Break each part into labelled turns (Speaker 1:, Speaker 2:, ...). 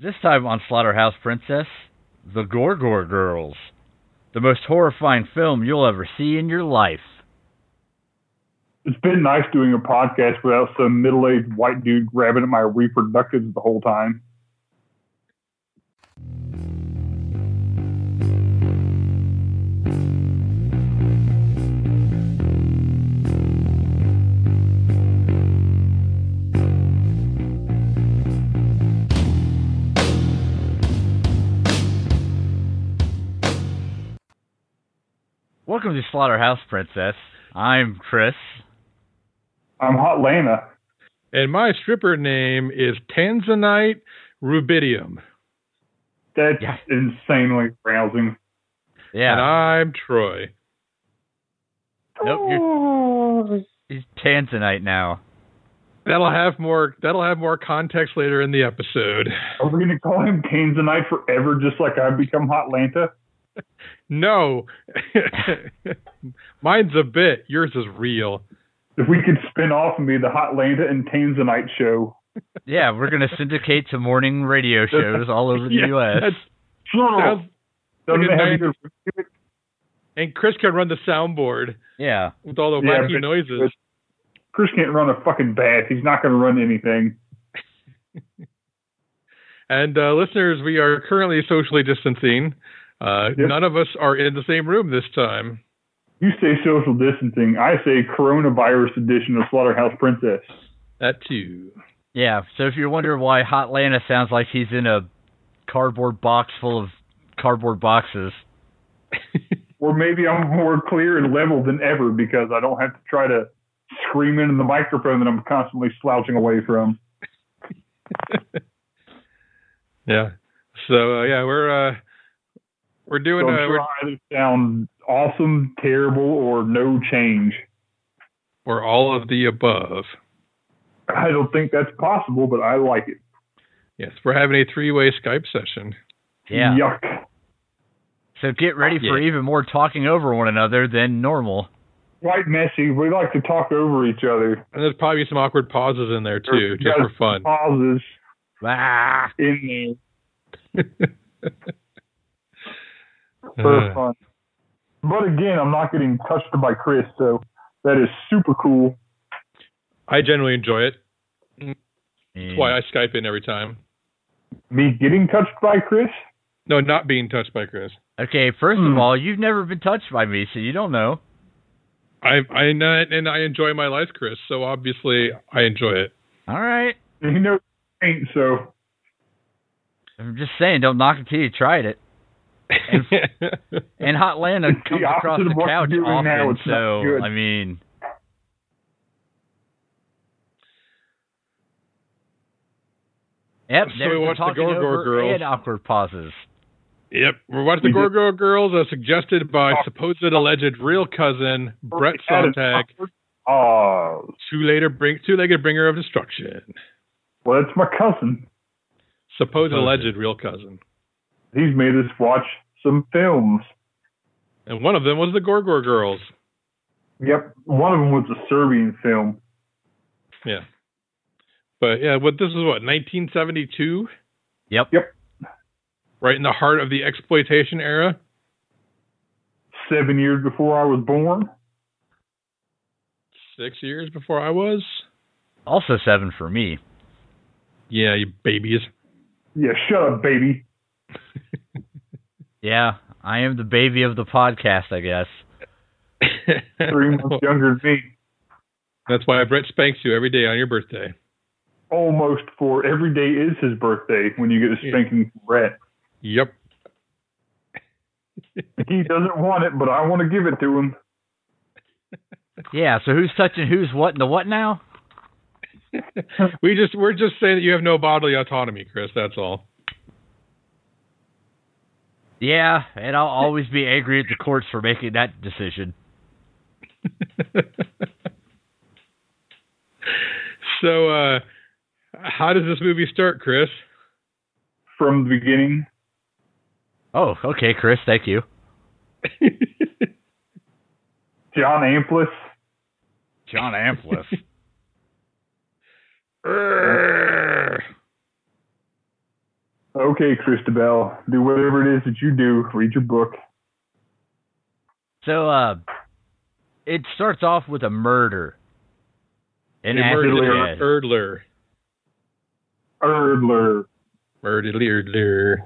Speaker 1: This time on Slaughterhouse Princess, The Gorgor Girls, the most horrifying film you'll ever see in your life.
Speaker 2: It's been nice doing a podcast without some middle aged white dude grabbing at my reproductives the whole time.
Speaker 1: Welcome to Slaughterhouse Princess. I'm Chris.
Speaker 2: I'm Hot Lana.
Speaker 3: And my stripper name is Tanzanite Rubidium.
Speaker 2: That's
Speaker 1: Yeah.
Speaker 2: insanely rousing.
Speaker 3: And
Speaker 1: Yeah,
Speaker 3: I'm Troy.
Speaker 1: Nope, he's Tanzanite now.
Speaker 3: That'll have more that'll have more context later in the episode.
Speaker 2: Are we going to call him Tanzanite forever just like I've become Hot Lanta?
Speaker 3: No. Mine's a bit. Yours is real.
Speaker 2: If we could spin off and be the Hot Lanta and Tanzanite show.
Speaker 1: Yeah, we're going to syndicate to morning radio shows all over the
Speaker 3: Yeah,
Speaker 1: U.S.
Speaker 3: that's-
Speaker 2: Doesn't
Speaker 3: sounds- like
Speaker 2: it
Speaker 3: a
Speaker 2: Oh. have a
Speaker 3: nice-
Speaker 2: good
Speaker 3: and Chris can run the soundboard
Speaker 1: Yeah,
Speaker 3: with all the
Speaker 2: Yeah,
Speaker 3: wacky
Speaker 2: but-
Speaker 3: noises.
Speaker 2: Chris can't run a fucking bath. He's not going to run anything.
Speaker 3: And uh, listeners, we are currently socially distancing. Uh,
Speaker 2: Yep.
Speaker 3: None of us are in the same room this time.
Speaker 2: You say social distancing. I say coronavirus edition of Slaughterhouse Princess.
Speaker 3: That too.
Speaker 1: yeah. So if you're wondering why Hot Lana sounds like he's in a cardboard box full of cardboard boxes,
Speaker 2: Or maybe I'm more clear and level than ever because I don't have to try to scream into the microphone that I'm constantly slouching away from.
Speaker 3: Yeah. So uh, yeah, we're uh, we're
Speaker 2: So
Speaker 3: doing
Speaker 2: I'm
Speaker 3: uh,
Speaker 2: sure
Speaker 3: we're
Speaker 2: I either sound awesome, terrible, or no change.
Speaker 3: or all of the above.
Speaker 2: I don't think that's possible, but I like it.
Speaker 3: Yes, we're having a three-way Skype session.
Speaker 1: yeah.
Speaker 2: Yuck.
Speaker 1: So get ready for even more talking over one another than normal.
Speaker 2: Quite messy. We like to talk over each other.
Speaker 3: And there's probably some awkward pauses in there
Speaker 2: Sure.
Speaker 3: too, just for fun.
Speaker 2: Pauses
Speaker 1: Ah.
Speaker 2: in there for
Speaker 3: Uh,
Speaker 2: fun. But again, I'm not getting touched by Chris, so that is super cool.
Speaker 3: I generally enjoy it.
Speaker 1: Yeah.
Speaker 3: That's why I Skype in every time.
Speaker 2: Me getting touched by Chris?
Speaker 3: No, not being touched by Chris.
Speaker 1: Okay, first of
Speaker 2: Hmm.
Speaker 1: all, you've never been touched by me, so you don't know.
Speaker 3: I I know- and I enjoy my life, Chris. So obviously I enjoy it.
Speaker 1: All right.
Speaker 2: You know, ain't so.
Speaker 1: I'm just saying, don't knock until you tried it. And- And Hot Lana
Speaker 2: It's the
Speaker 1: comes across
Speaker 2: opposite
Speaker 1: the
Speaker 2: of what
Speaker 1: couch
Speaker 2: you're doing
Speaker 1: often,
Speaker 2: now. It's not
Speaker 1: so
Speaker 2: good.
Speaker 1: I mean, yep.
Speaker 3: So
Speaker 1: there's
Speaker 3: we
Speaker 1: the
Speaker 3: watched the
Speaker 1: talking
Speaker 3: Gorgor
Speaker 1: over
Speaker 3: Girls.
Speaker 1: and awkward pauses.
Speaker 3: yep, we're watching the
Speaker 2: We Oh.
Speaker 3: Gorgo Girls, as suggested by supposed alleged real cousin Brett Sontag,
Speaker 2: Oh,
Speaker 3: two later bring two-legged bringer of destruction.
Speaker 2: well, that's my cousin.
Speaker 3: Supposed
Speaker 1: Supposed.
Speaker 3: alleged real cousin.
Speaker 2: He's made us watch some films.
Speaker 3: And one of them was the Gorgor Girls.
Speaker 2: Yep, one of them was a Serbian film.
Speaker 3: But yeah, what this is what 1972,
Speaker 1: Yep.
Speaker 3: right in the heart of the exploitation era.
Speaker 2: Seven years before I was born.
Speaker 3: Six years before I was.
Speaker 1: Also seven for me.
Speaker 3: Yeah, you babies.
Speaker 2: Yeah, shut up, baby.
Speaker 1: Yeah, I am the baby of the podcast, I guess.
Speaker 2: Three months younger than me.
Speaker 3: That's why Brett spanks you every day on your birthday.
Speaker 2: Almost for every day is his birthday when you get a spanking from Brett.
Speaker 3: Yep.
Speaker 2: He doesn't want it, but I want to give it to him.
Speaker 1: Yeah. So who's touching who's what in the what now?
Speaker 3: We just we're just saying that you have no bodily autonomy, Chris. That's all.
Speaker 1: Yeah, and I'll always be angry at the courts for making that decision.
Speaker 3: so, uh, how does this movie start, Chris?
Speaker 2: From the beginning,
Speaker 1: Oh, okay, Chris, thank you.
Speaker 2: John Amplis.
Speaker 1: John Amplis.
Speaker 2: Okay, Christabel, do whatever it is that you do. Read your book.
Speaker 1: So uh, it starts off with a murder. An
Speaker 3: Hey,
Speaker 1: acid
Speaker 3: Murdler.
Speaker 1: head.
Speaker 3: Murdler.
Speaker 2: Erdler,
Speaker 3: Murdler.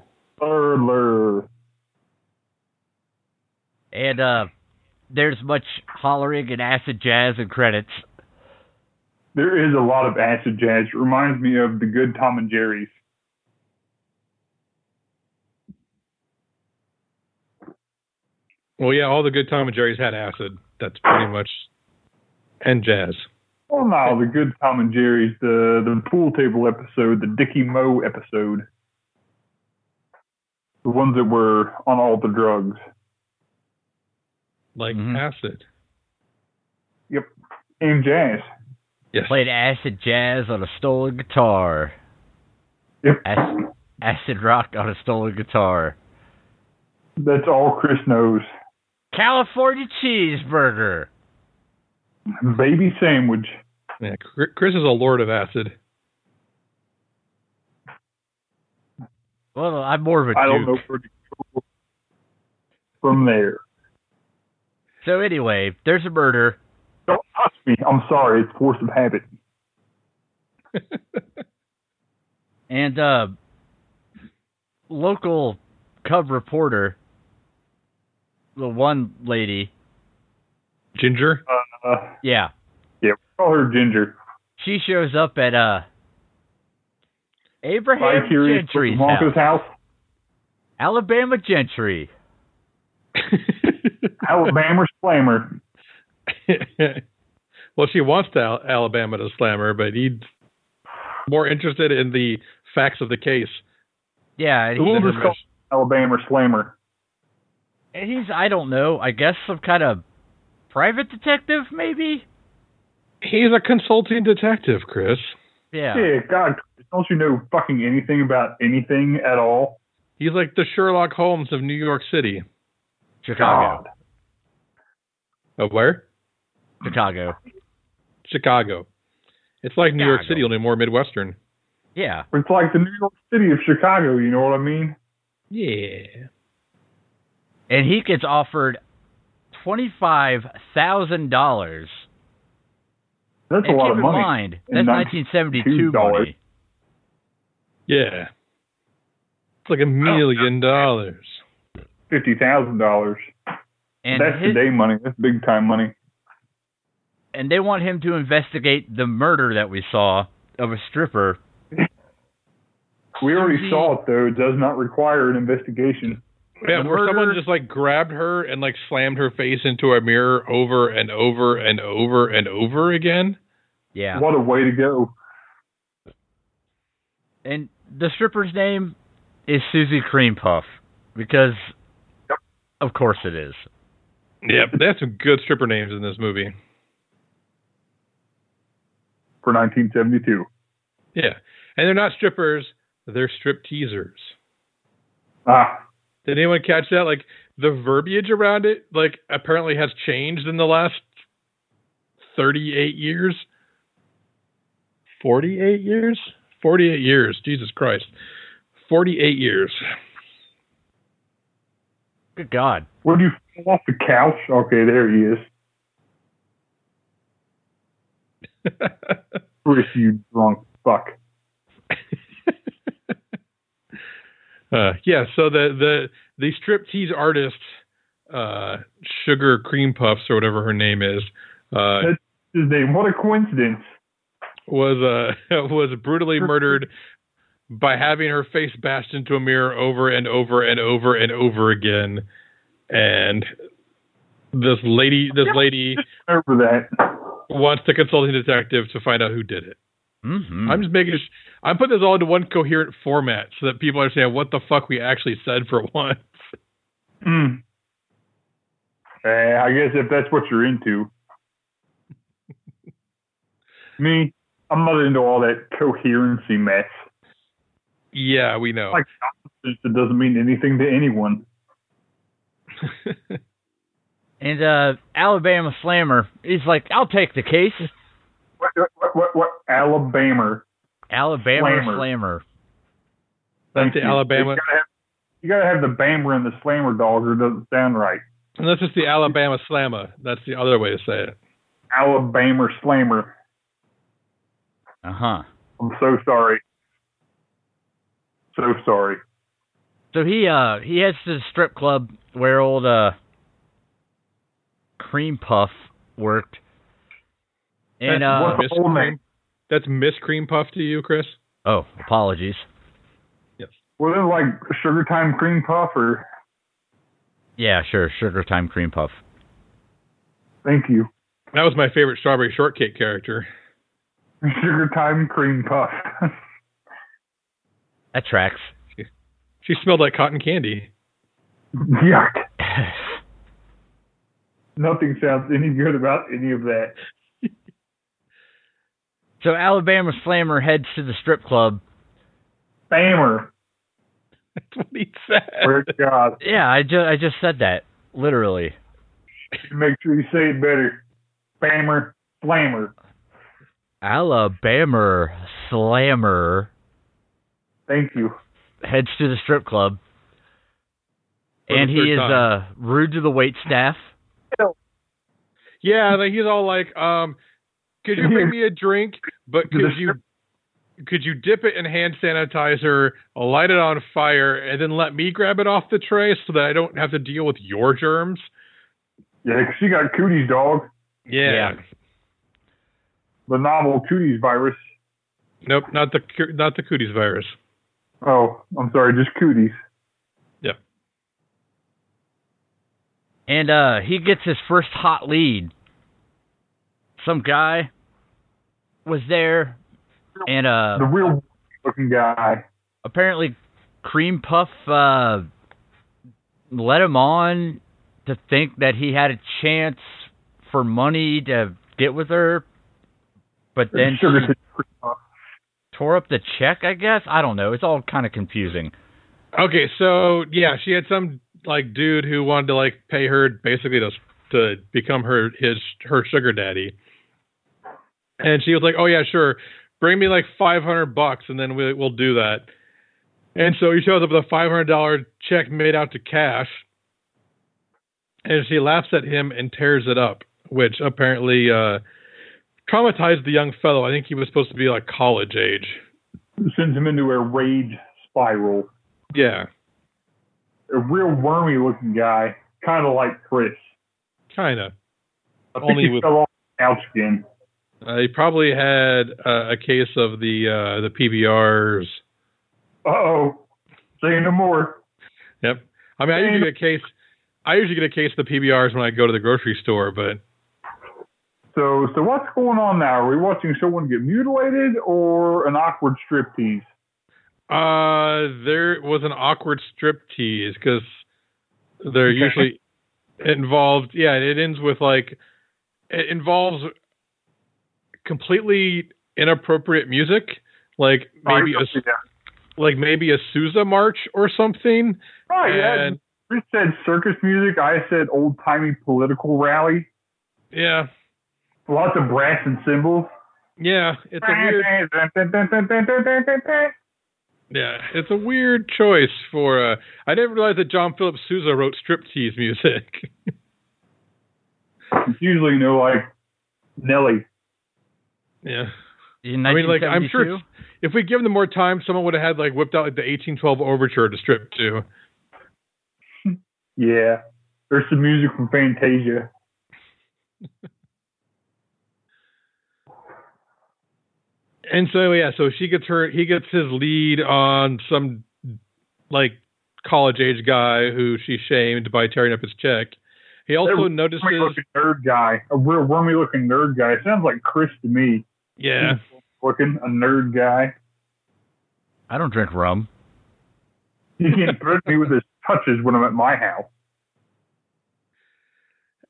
Speaker 2: Erdler.
Speaker 1: And uh, there's much hollering and acid jazz and credits.
Speaker 2: There is a lot of acid jazz. It reminds me of the good Tom and Jerry's.
Speaker 3: Well, yeah, all the good Tom and Jerry's had acid. That's pretty much. And jazz.
Speaker 2: Well, no, the good Tom and Jerry's, the the pool table episode, the Dickie Moe episode, the ones that were on all the drugs.
Speaker 3: Like
Speaker 1: Mhm.
Speaker 3: acid.
Speaker 2: And jazz.
Speaker 3: Yes.
Speaker 1: Played acid jazz on a stolen guitar.
Speaker 2: Yep.
Speaker 1: Acid, acid rock on a stolen guitar.
Speaker 2: That's all Chris knows.
Speaker 1: California cheeseburger.
Speaker 2: Baby sandwich.
Speaker 3: Yeah, Chr- Chris is a lord of acid.
Speaker 1: Well, I'm more of a
Speaker 2: I don't know
Speaker 1: duke.
Speaker 2: where to go from there.
Speaker 1: So anyway, there's a murder.
Speaker 2: Don't touch me. I'm sorry. It's force of habit.
Speaker 1: And uh, local cub reporter, the one lady,
Speaker 3: Ginger.
Speaker 2: Uh,
Speaker 1: yeah,
Speaker 2: yeah, call her Ginger.
Speaker 1: she shows up at uh,
Speaker 2: By
Speaker 1: Abraham
Speaker 2: curious
Speaker 1: Gentry's
Speaker 2: Wonka's
Speaker 1: house,
Speaker 2: house.
Speaker 1: Alabama Gentry.
Speaker 2: Alabama Slammer.
Speaker 3: well, she wants to Al- Alabama to slam her, but he's more interested in the facts of the case.
Speaker 1: Yeah, and, he-
Speaker 2: We'll just call Alabama Slammer.
Speaker 1: and he's I don't know, I guess some kind of private detective, maybe.
Speaker 3: He's a consulting detective, Chris.
Speaker 1: Yeah,
Speaker 2: Yeah, God, don't you know fucking anything about anything at all?
Speaker 3: He's like the Sherlock Holmes of New York City.
Speaker 1: Chicago,
Speaker 2: God.
Speaker 3: Of where?
Speaker 1: Chicago.
Speaker 3: Chicago. It's like New York
Speaker 1: Chicago.
Speaker 3: City, only more Midwestern.
Speaker 1: Yeah,
Speaker 2: It's like the New York City of Chicago. You know what I mean?
Speaker 3: Yeah.
Speaker 1: and he gets offered twenty five thousand dollars.
Speaker 2: That's a
Speaker 1: and
Speaker 2: lot
Speaker 1: keep
Speaker 2: of
Speaker 1: in
Speaker 2: money.
Speaker 1: mind,
Speaker 2: in
Speaker 1: that's 1972
Speaker 2: 1972 dollars.
Speaker 1: money.
Speaker 3: Yeah. It's like a million dollars.
Speaker 2: Fifty thousand dollars.
Speaker 1: And,
Speaker 2: That's
Speaker 1: his-
Speaker 2: today money. That's big time money.
Speaker 1: and they want him to investigate the murder that we saw of a stripper.
Speaker 2: We already
Speaker 1: Susie-
Speaker 2: saw it though. It does not require an investigation.
Speaker 3: Yeah,
Speaker 1: The
Speaker 3: where someone
Speaker 1: murder-
Speaker 3: just like grabbed her and like slammed her face into a mirror over and over and over and over again.
Speaker 1: Yeah.
Speaker 2: What a way to go.
Speaker 1: And the stripper's name is Susie Cream Puff because,
Speaker 2: Yep.
Speaker 1: of course, it is.
Speaker 3: Yep, they have some good stripper names in this movie.
Speaker 2: for 1972.
Speaker 3: Yeah, and they're not strippers; they're strip teasers.
Speaker 2: Ah,
Speaker 3: Did anyone catch that? Like the verbiage around it, like apparently has changed in the last thirty-eight years, forty-eight years, forty-eight years. Jesus Christ, forty-eight years.
Speaker 1: Good God.
Speaker 2: where'd you fall off the couch? Okay, there he is. Chris, you drunk fuck.
Speaker 3: Uh, yeah, so the the the striptease artist, uh, Sugar Cream Puffs or whatever her name is, uh,
Speaker 2: His name. What a coincidence.
Speaker 3: was uh, was brutally
Speaker 2: Sure.
Speaker 3: murdered by having her face bashed into a mirror over and over and over and over again, and this lady this lady
Speaker 2: Over that.
Speaker 3: wants the consulting detective to find out who did it.
Speaker 1: Mm-hmm.
Speaker 3: I'm just making sh- I'm putting this all into one coherent format so that people understand what the fuck we actually said for once. Hmm.
Speaker 2: Mm. Eh, I guess if that's what you're into. Me, I'm not into all that coherency mess.
Speaker 3: Yeah, we know.
Speaker 2: Like- It doesn't mean anything to anyone.
Speaker 1: and uh, Alabama Slammer, he's like, I'll take the case.
Speaker 2: What, what, what, what, what? Alabama.
Speaker 1: Alabama
Speaker 2: Slammer.
Speaker 1: Slammer.
Speaker 3: That's
Speaker 2: Thank
Speaker 3: the
Speaker 2: you.
Speaker 3: Alabama.
Speaker 2: You gotta, have, you gotta have the Bammer and the Slammer dog, or it doesn't sound right.
Speaker 3: Unless it's the Alabama Slammer. That's the other way to say it.
Speaker 2: Alabama Slammer.
Speaker 1: Uh huh.
Speaker 2: I'm so sorry. So sorry.
Speaker 1: So he uh he heads to the strip club where old uh Cream Puff worked. And
Speaker 3: That's
Speaker 1: uh
Speaker 2: what-
Speaker 3: Miss
Speaker 2: oh my-
Speaker 3: Cream- That's Miss Cream Puff to you, Chris.
Speaker 1: oh, apologies.
Speaker 2: Were they like sugar time cream puff or?
Speaker 1: Yeah, sure, sugar time cream puff.
Speaker 2: Thank you.
Speaker 3: That was my favorite strawberry shortcake character.
Speaker 2: Sugar time cream puff.
Speaker 1: That tracks.
Speaker 3: She smelled like cotton candy.
Speaker 2: Yuck. Nothing sounds any good about any of that.
Speaker 1: so Alabama Slammer heads to the strip club.
Speaker 2: Bammer.
Speaker 3: That's what he said.
Speaker 2: Where God.
Speaker 1: Yeah, I just I just said that literally.
Speaker 2: Make sure you say it better. Bammer. Slammer.
Speaker 1: Alabama Slammer
Speaker 2: Thank you.
Speaker 1: heads to the strip club,
Speaker 3: For the
Speaker 1: and he
Speaker 3: third
Speaker 1: is
Speaker 3: time.
Speaker 1: uh rude to the wait staff.
Speaker 3: Yeah, like he's all like, um, could you bring me a drink? But could you could you dip it in hand sanitizer, light it on fire, and then let me grab it off the tray so that I don't have to deal with your germs?
Speaker 2: Yeah, 'cause she got cooties, dog.
Speaker 1: Yeah.
Speaker 2: The novel cooties virus.
Speaker 3: Nope, not the cu- not the cooties virus.
Speaker 2: Oh, I'm sorry, just cooties.
Speaker 1: And uh, he gets his first hot lead. Some guy was there, and
Speaker 2: the
Speaker 1: uh,
Speaker 2: real looking guy.
Speaker 1: apparently Cream Puff uh, let him on to think that he had a chance for money to get with her, but then
Speaker 2: Sugar
Speaker 1: she
Speaker 2: Cream Puff.
Speaker 1: tore up the check. I guess I don't know. It's all kind of confusing.
Speaker 3: Okay, so yeah, she had some like dude who wanted to like pay her basically to to become her his her sugar daddy, and she was like, "Oh yeah, sure, bring me like five hundred bucks, and then we, we'll do that." And so he shows up with a five hundred dollar check made out to cash, and she laughs at him and tears it up, which apparently uh, traumatized the young fellow. I think he was supposed to be like college age.
Speaker 2: Sends him into a rage spiral.
Speaker 3: Yeah,
Speaker 2: A real wormy looking guy, kind of like Chris.
Speaker 3: kind of.
Speaker 2: I think
Speaker 3: Only
Speaker 2: he
Speaker 3: with-
Speaker 2: fell off the couch again.
Speaker 3: Uh, he probably had uh, a case of the uh, the PBRs.
Speaker 2: Uh oh. Say no more.
Speaker 3: Yep. I mean, I usually get a case. I usually get a case of the PBRs when I go to the grocery store, but
Speaker 2: So, so what's going on now? Are we watching someone get mutilated or an awkward striptease?
Speaker 3: uh, there was an awkward striptease because they're
Speaker 2: Okay.
Speaker 3: usually involved. Yeah, it ends with like it involves completely inappropriate music, like maybe
Speaker 2: right,
Speaker 3: a like maybe a Sousa march or something.
Speaker 2: right Oh, yeah.
Speaker 3: and,
Speaker 2: Chris said circus music. I said old timey political rally.
Speaker 3: yeah,
Speaker 2: Lots of brass and cymbals.
Speaker 3: yeah. It's a weird. Yeah, it's a weird choice for. Uh, I didn't realize that John Philip Sousa wrote striptease music.
Speaker 2: It's usually, you know, like Nelly.
Speaker 3: yeah,
Speaker 1: In
Speaker 3: I mean, like, I'm sure
Speaker 1: 1972?
Speaker 3: it's- if we'd given them more time, someone would have had like whipped out like the 1812 overture to strip to.
Speaker 2: Yeah. There's some music from Fantasia.
Speaker 3: And so yeah, so she gets her, he gets his lead on some like college age guy who she shamed by tearing up his check. He also
Speaker 2: They're-
Speaker 3: notices,
Speaker 2: Wormy looking nerd guy. A real wormy looking nerd guy. Sounds like Chris to me.
Speaker 3: yeah,
Speaker 2: Looking a nerd guy.
Speaker 1: I don't drink rum.
Speaker 2: He can't threaten me with his touches when I'm at my house.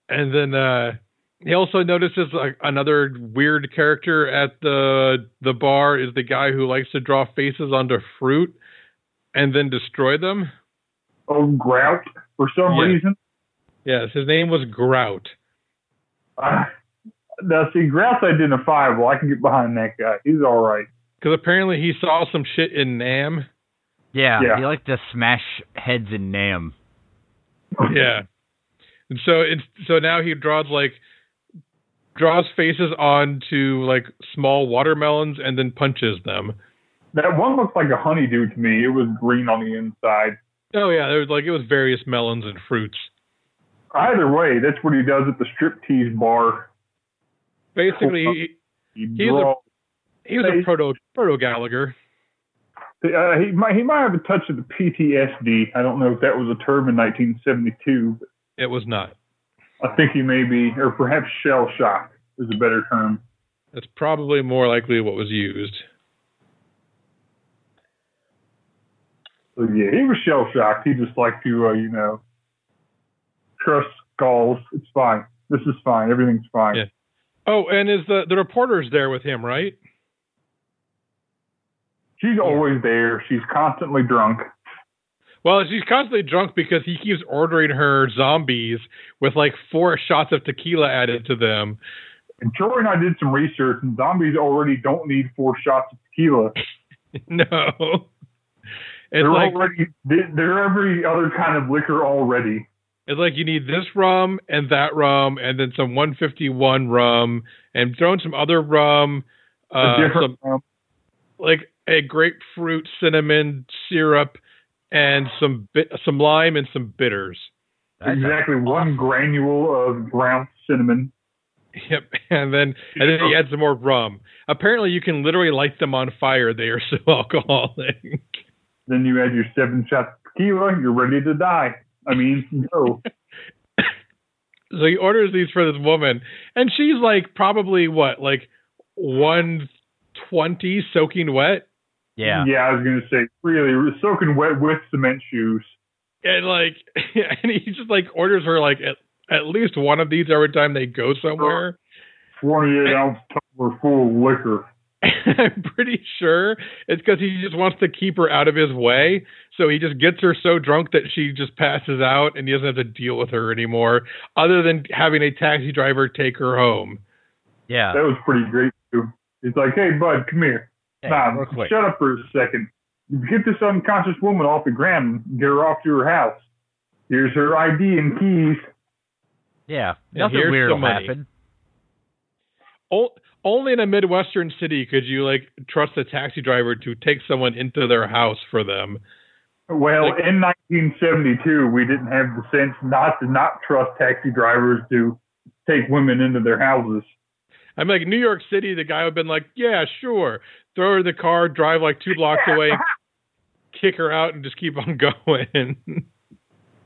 Speaker 3: and then uh he also notices like another weird character at the the bar is the guy who likes to draw faces onto fruit and then destroy them.
Speaker 2: Old Oh, Grout, for some
Speaker 3: Yeah.
Speaker 2: reason.
Speaker 3: Yes, his name was Grout.
Speaker 2: Uh, now, see, Grout's identifiable. I can get behind that guy. He's all right.
Speaker 3: Because apparently he saw some shit in Nam
Speaker 1: Yeah,
Speaker 2: Yeah.
Speaker 1: he liked to smash heads in Nam.
Speaker 3: Yeah. And so it's so now he draws like draws faces onto like small watermelons and then punches them.
Speaker 2: That one looks like a honeydew to me. It was green on the inside.
Speaker 3: Oh yeah, there was like it was various melons and fruits.
Speaker 2: Either way, that's what he does at the striptease bar.
Speaker 3: Basically, he,
Speaker 2: He
Speaker 3: He's a-
Speaker 2: draws
Speaker 3: he was a proto proto Gallagher.
Speaker 2: Uh, he might he might have a touch of the PTSD. I don't know if that was a term in 1972. But
Speaker 3: It was not.
Speaker 2: I think he may be, or perhaps shell shock is a better term.
Speaker 3: That's probably more likely what was used.
Speaker 2: So yeah, he was shell shocked. He just liked to, uh, you know, trust skulls. It's fine. This is fine. Everything's fine.
Speaker 3: Yeah. Oh, and is the the reporter's there with him, right?
Speaker 2: She's always there. She's constantly drunk.
Speaker 3: Well, she's constantly drunk because he keeps ordering her zombies with like four shots of tequila added to them.
Speaker 2: And Troy and I did some research, and zombies already don't need four shots of tequila.
Speaker 3: no. It's
Speaker 2: they're
Speaker 3: like
Speaker 2: already they- they're every other kind of liquor already.
Speaker 3: it's like you need this rum and that rum and then some 151 rum and throw in some other rum,
Speaker 2: A
Speaker 3: uh,
Speaker 2: different
Speaker 3: some, like a grapefruit cinnamon syrup and some bit some lime and some bitters.
Speaker 1: That's
Speaker 2: exactly one granule of ground cinnamon.
Speaker 3: Yep, and then and then he adds some more rum. Apparently, you can literally light them on fire. They are so alcoholic.
Speaker 2: Then you add your seven shots of tequila, you're ready to die. I mean, no.
Speaker 3: So he orders these for this woman, and she's like probably what like one twenty soaking wet,
Speaker 1: a- yeah.
Speaker 2: I was gonna say, really, we're soaking wet with cement shoes.
Speaker 3: and like and he just like orders her like at, at least one of these every time they go somewhere.
Speaker 2: Forty-eight ounce tumbler full of liquor.
Speaker 3: I'm pretty sure it's because he just wants to keep her out of his way. So he just gets her so drunk that she just passes out and he doesn't have to deal with her anymore, other than having a taxi driver take her home.
Speaker 1: Yeah.
Speaker 2: That was pretty great too. He's like, hey bud, come here.
Speaker 1: Hey,
Speaker 2: nah,
Speaker 1: real quick.
Speaker 2: shut up for a second. Get this unconscious woman off the ground and get her off to her house. Here's her ID and keys.
Speaker 1: Yeah.
Speaker 3: Yeah,
Speaker 1: Nothing
Speaker 3: here's
Speaker 1: weird
Speaker 3: the
Speaker 1: will
Speaker 3: money.
Speaker 1: happen.
Speaker 3: O- only in a Midwestern city could you like trust a taxi driver to take someone into their house for them.
Speaker 2: Well,
Speaker 3: Like-
Speaker 2: in 1972, we didn't have the sense not to not trust taxi drivers to take women into their houses.
Speaker 3: I'm like New York City, the guy would have been like, Yeah, sure. Throw her in the car, drive like two blocks away, kick her out and just keep on going.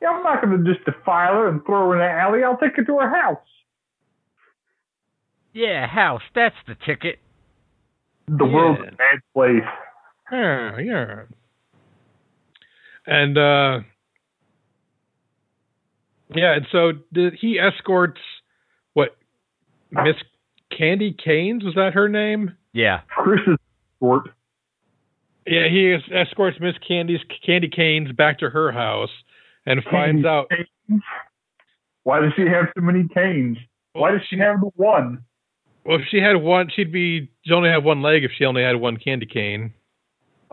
Speaker 2: Yeah, I'm not going to just defile her and throw her in the alley. I'll take her to her house.
Speaker 1: Yeah, house. That's the ticket.
Speaker 2: The
Speaker 3: Yeah.
Speaker 2: world's a bad place.
Speaker 3: Yeah, yeah. And uh yeah, and so th- he escorts what Miss Candy Canes was that her name?
Speaker 1: Yeah.
Speaker 2: Chris is short.
Speaker 3: Yeah, he es- escorts Miss Candy's Candy Canes back to her house and finds
Speaker 2: Candy
Speaker 3: out
Speaker 2: canes. Why does she have so many canes? Why does she have the one?
Speaker 3: well if she had one she'd be she only have one leg if she only had one candy cane.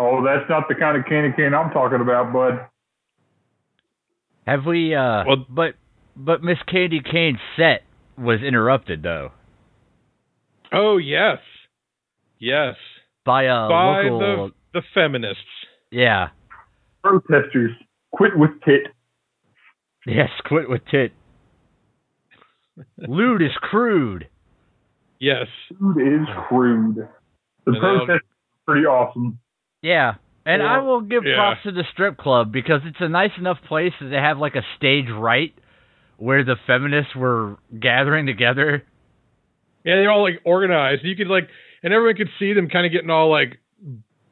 Speaker 2: Oh, that's not the kind of candy cane I'm talking about, bud.
Speaker 1: Have we? uh
Speaker 3: Well-
Speaker 1: But but Miss Candy Kane's set was interrupted though
Speaker 3: Oh yes. Yes.
Speaker 1: by a
Speaker 3: By
Speaker 1: Uh, local.
Speaker 3: the the feminists.
Speaker 1: Yeah.
Speaker 2: Protesters, quit with tit.
Speaker 1: Yes. Quit with tit. Lewd is crude.
Speaker 3: Yes.
Speaker 2: Food is crude. The
Speaker 3: And they all-
Speaker 2: protesters are pretty awesome.
Speaker 1: Yeah. And I
Speaker 2: Well,
Speaker 1: will give
Speaker 3: yeah.
Speaker 1: props to the strip club because it's a nice enough place that they have like a stage right where the feminists were gathering together.
Speaker 3: Yeah, they're all like organized. You could like, and everyone could see them kind of getting all like,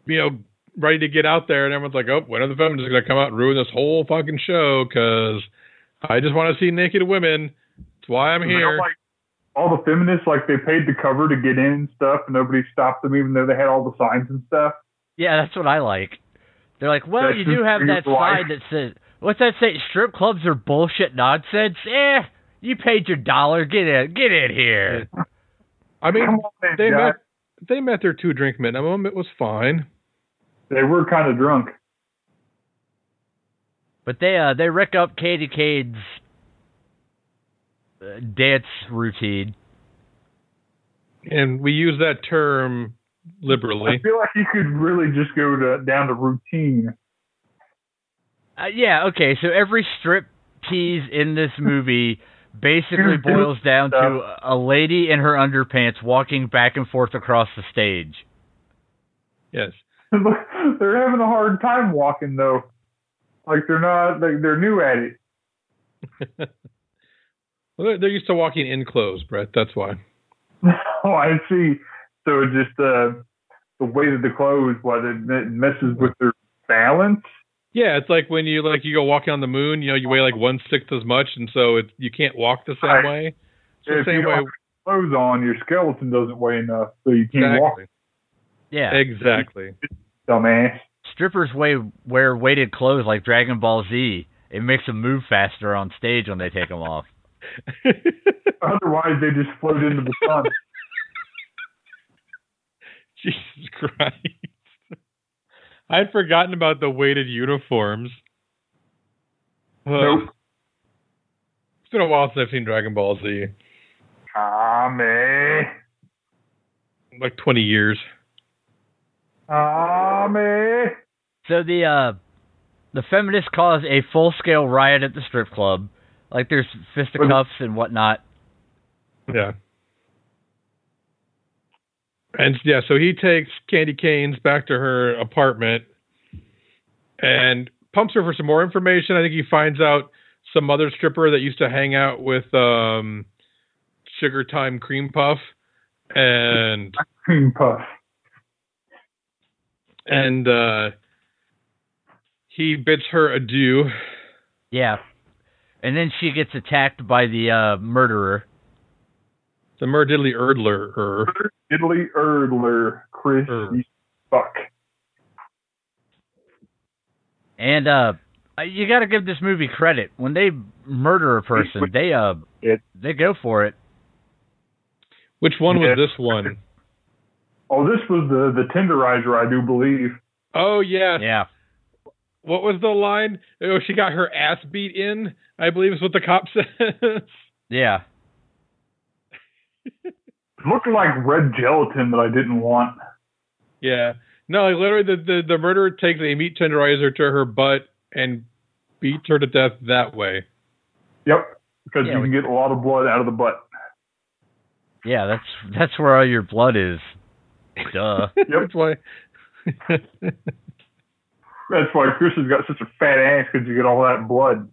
Speaker 3: you know, ready to get out there. And everyone's like, "Oh, when are the feminists going to come out and ruin this whole fucking show?" Because I just want to see naked women. That's why I'm
Speaker 2: They're
Speaker 3: here.
Speaker 2: Like, all the feminists, like they paid the cover to get in and stuff, and nobody stopped them, even though they had all the signs and stuff.
Speaker 1: Yeah, that's what I like. They're like, well,
Speaker 2: That's
Speaker 1: you
Speaker 2: just
Speaker 1: do have
Speaker 2: for your
Speaker 1: that
Speaker 2: life.
Speaker 1: sign that says, what's that say? Strip clubs are bullshit nonsense. Eh, you paid your dollar. Get in, get in here.
Speaker 3: I mean,
Speaker 2: Come on in,
Speaker 3: they
Speaker 2: guys.
Speaker 3: met they met their two drink minimum. It was fine.
Speaker 2: They were kind of drunk.
Speaker 1: But they uh they wreck up Katie Cade's uh, dance routine.
Speaker 3: And we use that term
Speaker 2: I
Speaker 3: liberally.
Speaker 2: feel like you could really just go to, down to routine.
Speaker 1: Uh, yeah, okay. So every strip tease in this movie basically
Speaker 2: Dude, dude,
Speaker 1: boils down to
Speaker 2: uh,
Speaker 1: a lady in her underpants walking back and forth across the stage.
Speaker 3: Yes.
Speaker 2: they're having a hard time walking though. Like they're not like they're new at it.
Speaker 3: Well, they're, they're used to walking in clothes, Brett. That's why.
Speaker 2: oh, I see. So it just uh, the weight of the clothes, what it it messes with their balance.
Speaker 3: Yeah, it's like when you like you go walking on the moon. You know, you weigh like one sixth as much, and so it, you can't walk the same
Speaker 2: Right.
Speaker 3: way. It's
Speaker 2: If
Speaker 3: the
Speaker 2: you
Speaker 3: same
Speaker 2: don't
Speaker 3: way.
Speaker 2: have clothes on, your skeleton doesn't weigh enough, so you can't walk.
Speaker 3: Exactly.
Speaker 1: Yeah.
Speaker 3: Exactly.
Speaker 2: Dumbass.
Speaker 1: Strippers weigh, wear weighted clothes like Dragon Ball Z. It makes them move faster on stage when they take them off.
Speaker 2: Otherwise, they just float into the sun.
Speaker 3: Jesus Christ. I'd forgotten about the weighted uniforms. Uh,
Speaker 2: Nope.
Speaker 3: It's been a while since I've seen Dragon Ball Z.
Speaker 2: ah me,
Speaker 3: Like 20 years.
Speaker 2: ah me.
Speaker 1: So the uh, the feminists cause a full scale riot at the strip club. Like there's fisticuffs and whatnot.
Speaker 3: Yeah. And yeah, so he takes Candy Canes back to her apartment and pumps her for some more information. I think he finds out some other stripper that used to hang out with um, Sugar Time Cream Puff and
Speaker 2: Cream puff.
Speaker 3: and uh, he bids her adieu.
Speaker 1: Yeah. And then she gets attacked by the uh, murderer.
Speaker 3: The Murdiddly Erdler. er.
Speaker 2: Diddly erdler, Chris.
Speaker 3: Er.
Speaker 2: you Fuck.
Speaker 1: And uh, you got to give this movie credit. When they murder a person, they uh,
Speaker 2: It-
Speaker 1: they go for it.
Speaker 3: Which one was
Speaker 2: Yeah.
Speaker 3: this one?
Speaker 2: Oh, this was the the tenderizer, I do believe.
Speaker 3: Oh yes.
Speaker 1: Yeah.
Speaker 3: what was the line? Oh, she got her ass beat in. I believe is what the cop says.
Speaker 1: Yeah.
Speaker 2: It looked like red gelatin that I didn't want.
Speaker 3: yeah. No, like literally, the, the the murderer takes a meat tenderizer to her butt and beats her to death that way.
Speaker 2: Yep, because
Speaker 1: Yeah,
Speaker 2: you
Speaker 1: we-
Speaker 2: can get a lot of blood out of the butt.
Speaker 1: Yeah, that's that's where all your blood is. Duh.
Speaker 3: That's why.
Speaker 2: That's why Chris has got such a fat ass because you get all that blood.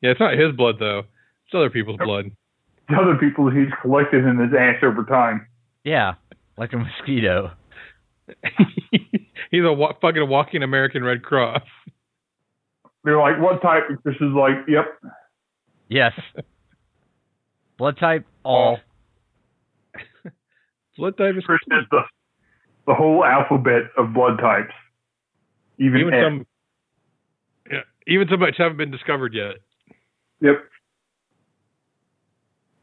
Speaker 3: yeah, it's not his blood though. It's other people's blood.
Speaker 2: The other people he's collected in his ass over time.
Speaker 1: yeah, like a mosquito.
Speaker 3: He's a wa- fucking walking American Red Cross.
Speaker 2: They're like, what type? And Chris is like, yep.
Speaker 1: Yes. Blood type all.
Speaker 3: Blood type is
Speaker 2: Chris is the the whole alphabet of blood types. Even,
Speaker 3: even
Speaker 2: F.
Speaker 3: some. Yeah, even some which haven't been discovered yet.
Speaker 2: Yep.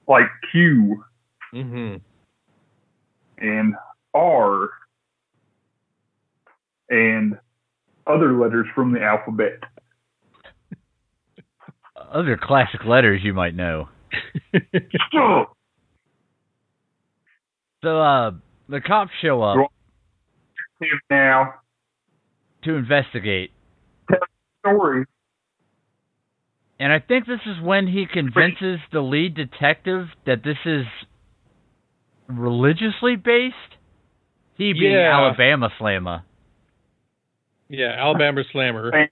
Speaker 2: Like Q
Speaker 3: Mm-hmm.
Speaker 2: and R and other letters from the alphabet.
Speaker 1: Other classic letters you might know.
Speaker 2: Ugh.
Speaker 1: So uh, the cops show up
Speaker 2: now
Speaker 1: to investigate,
Speaker 2: story.
Speaker 1: and I think this is when he convinces the lead detective that this is religiously based. He being
Speaker 3: Yeah.
Speaker 1: Alabama Slammer.
Speaker 3: Yeah, Alabama Slammer.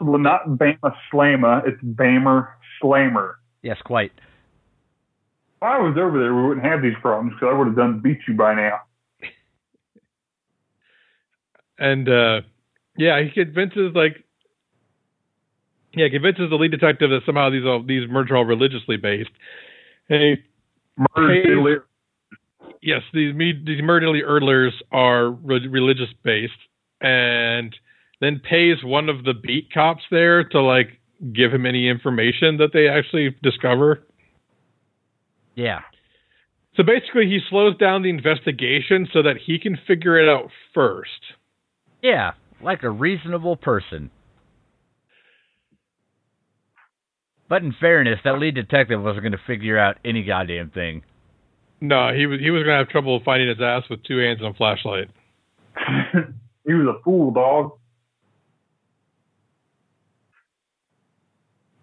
Speaker 2: Well, not Bama Slammer, it's Bammer Slammer.
Speaker 1: Yes, quite.
Speaker 2: If I was over there, we wouldn't have these problems because I would have done beat you by now.
Speaker 3: and uh yeah, he convinces like yeah, convinces the lead detective that somehow these all these murders are all religiously based. And he,
Speaker 2: Murder,
Speaker 3: Hey.
Speaker 2: diddly-
Speaker 3: yes, these me- these murderly erdlers are re- religious based, and then pays one of the beat cops there to like give him any information that they actually discover.
Speaker 1: Yeah.
Speaker 3: So basically, he slows down the investigation so that he can figure it out first.
Speaker 1: Yeah, like a reasonable person. But in fairness, that lead detective wasn't going to figure out any goddamn thing.
Speaker 3: No, he was he was gonna have trouble finding his ass with two hands and a flashlight.
Speaker 2: he was a fool, dog.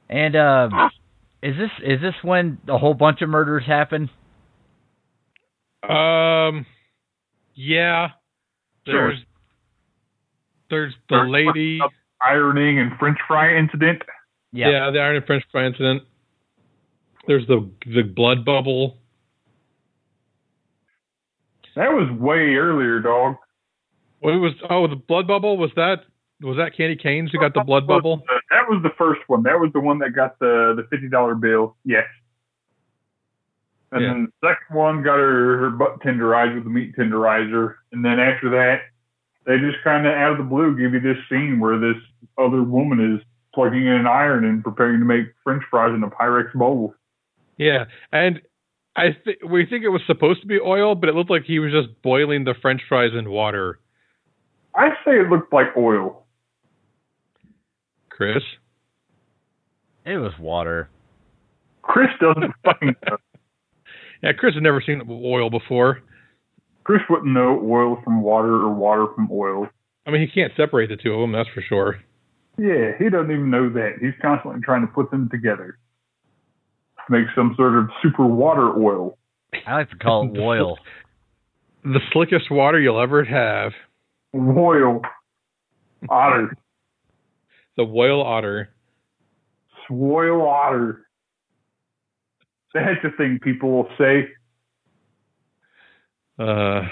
Speaker 1: And um, is this is this when a whole bunch of murders happen?
Speaker 3: Um, yeah.
Speaker 2: Sure.
Speaker 3: There's there's the
Speaker 2: There's-
Speaker 3: lady.
Speaker 2: Ironing and French fry incident.
Speaker 3: Yeah. the Iron and French Fry incident. There's the the blood bubble.
Speaker 2: That was way earlier, dog.
Speaker 3: What was oh the blood bubble was that was that Candy Canes who got the blood bubble?
Speaker 2: Uh, that was the first one. That was the one that got the the fifty dollar bill. Yes. And
Speaker 3: Yeah.
Speaker 2: then the second one got her, her butt tenderized with the meat tenderizer. And then after that, they just kind of out of the blue give you this scene where this other woman is plugging in an iron and preparing to make French fries in a Pyrex bowl.
Speaker 3: Yeah, and I th- we think it was supposed to be oil, but it looked like he was just boiling the French fries in water.
Speaker 2: I say it looked like oil.
Speaker 3: Chris,
Speaker 1: It was water.
Speaker 2: Chris doesn't fucking know.
Speaker 3: yeah, Chris had never seen oil before.
Speaker 2: Chris wouldn't know oil from water or water from oil.
Speaker 3: I mean, he can't separate the two of them, that's for sure.
Speaker 2: Yeah, he doesn't even know that. He's constantly trying to put them together. Make some sort of super water oil.
Speaker 1: I like to call it oil.
Speaker 3: The slickest water you'll ever have,
Speaker 2: Oil. Otter.
Speaker 3: the whale otter.
Speaker 2: Swoil otter. That's the thing people will say.
Speaker 3: Uh,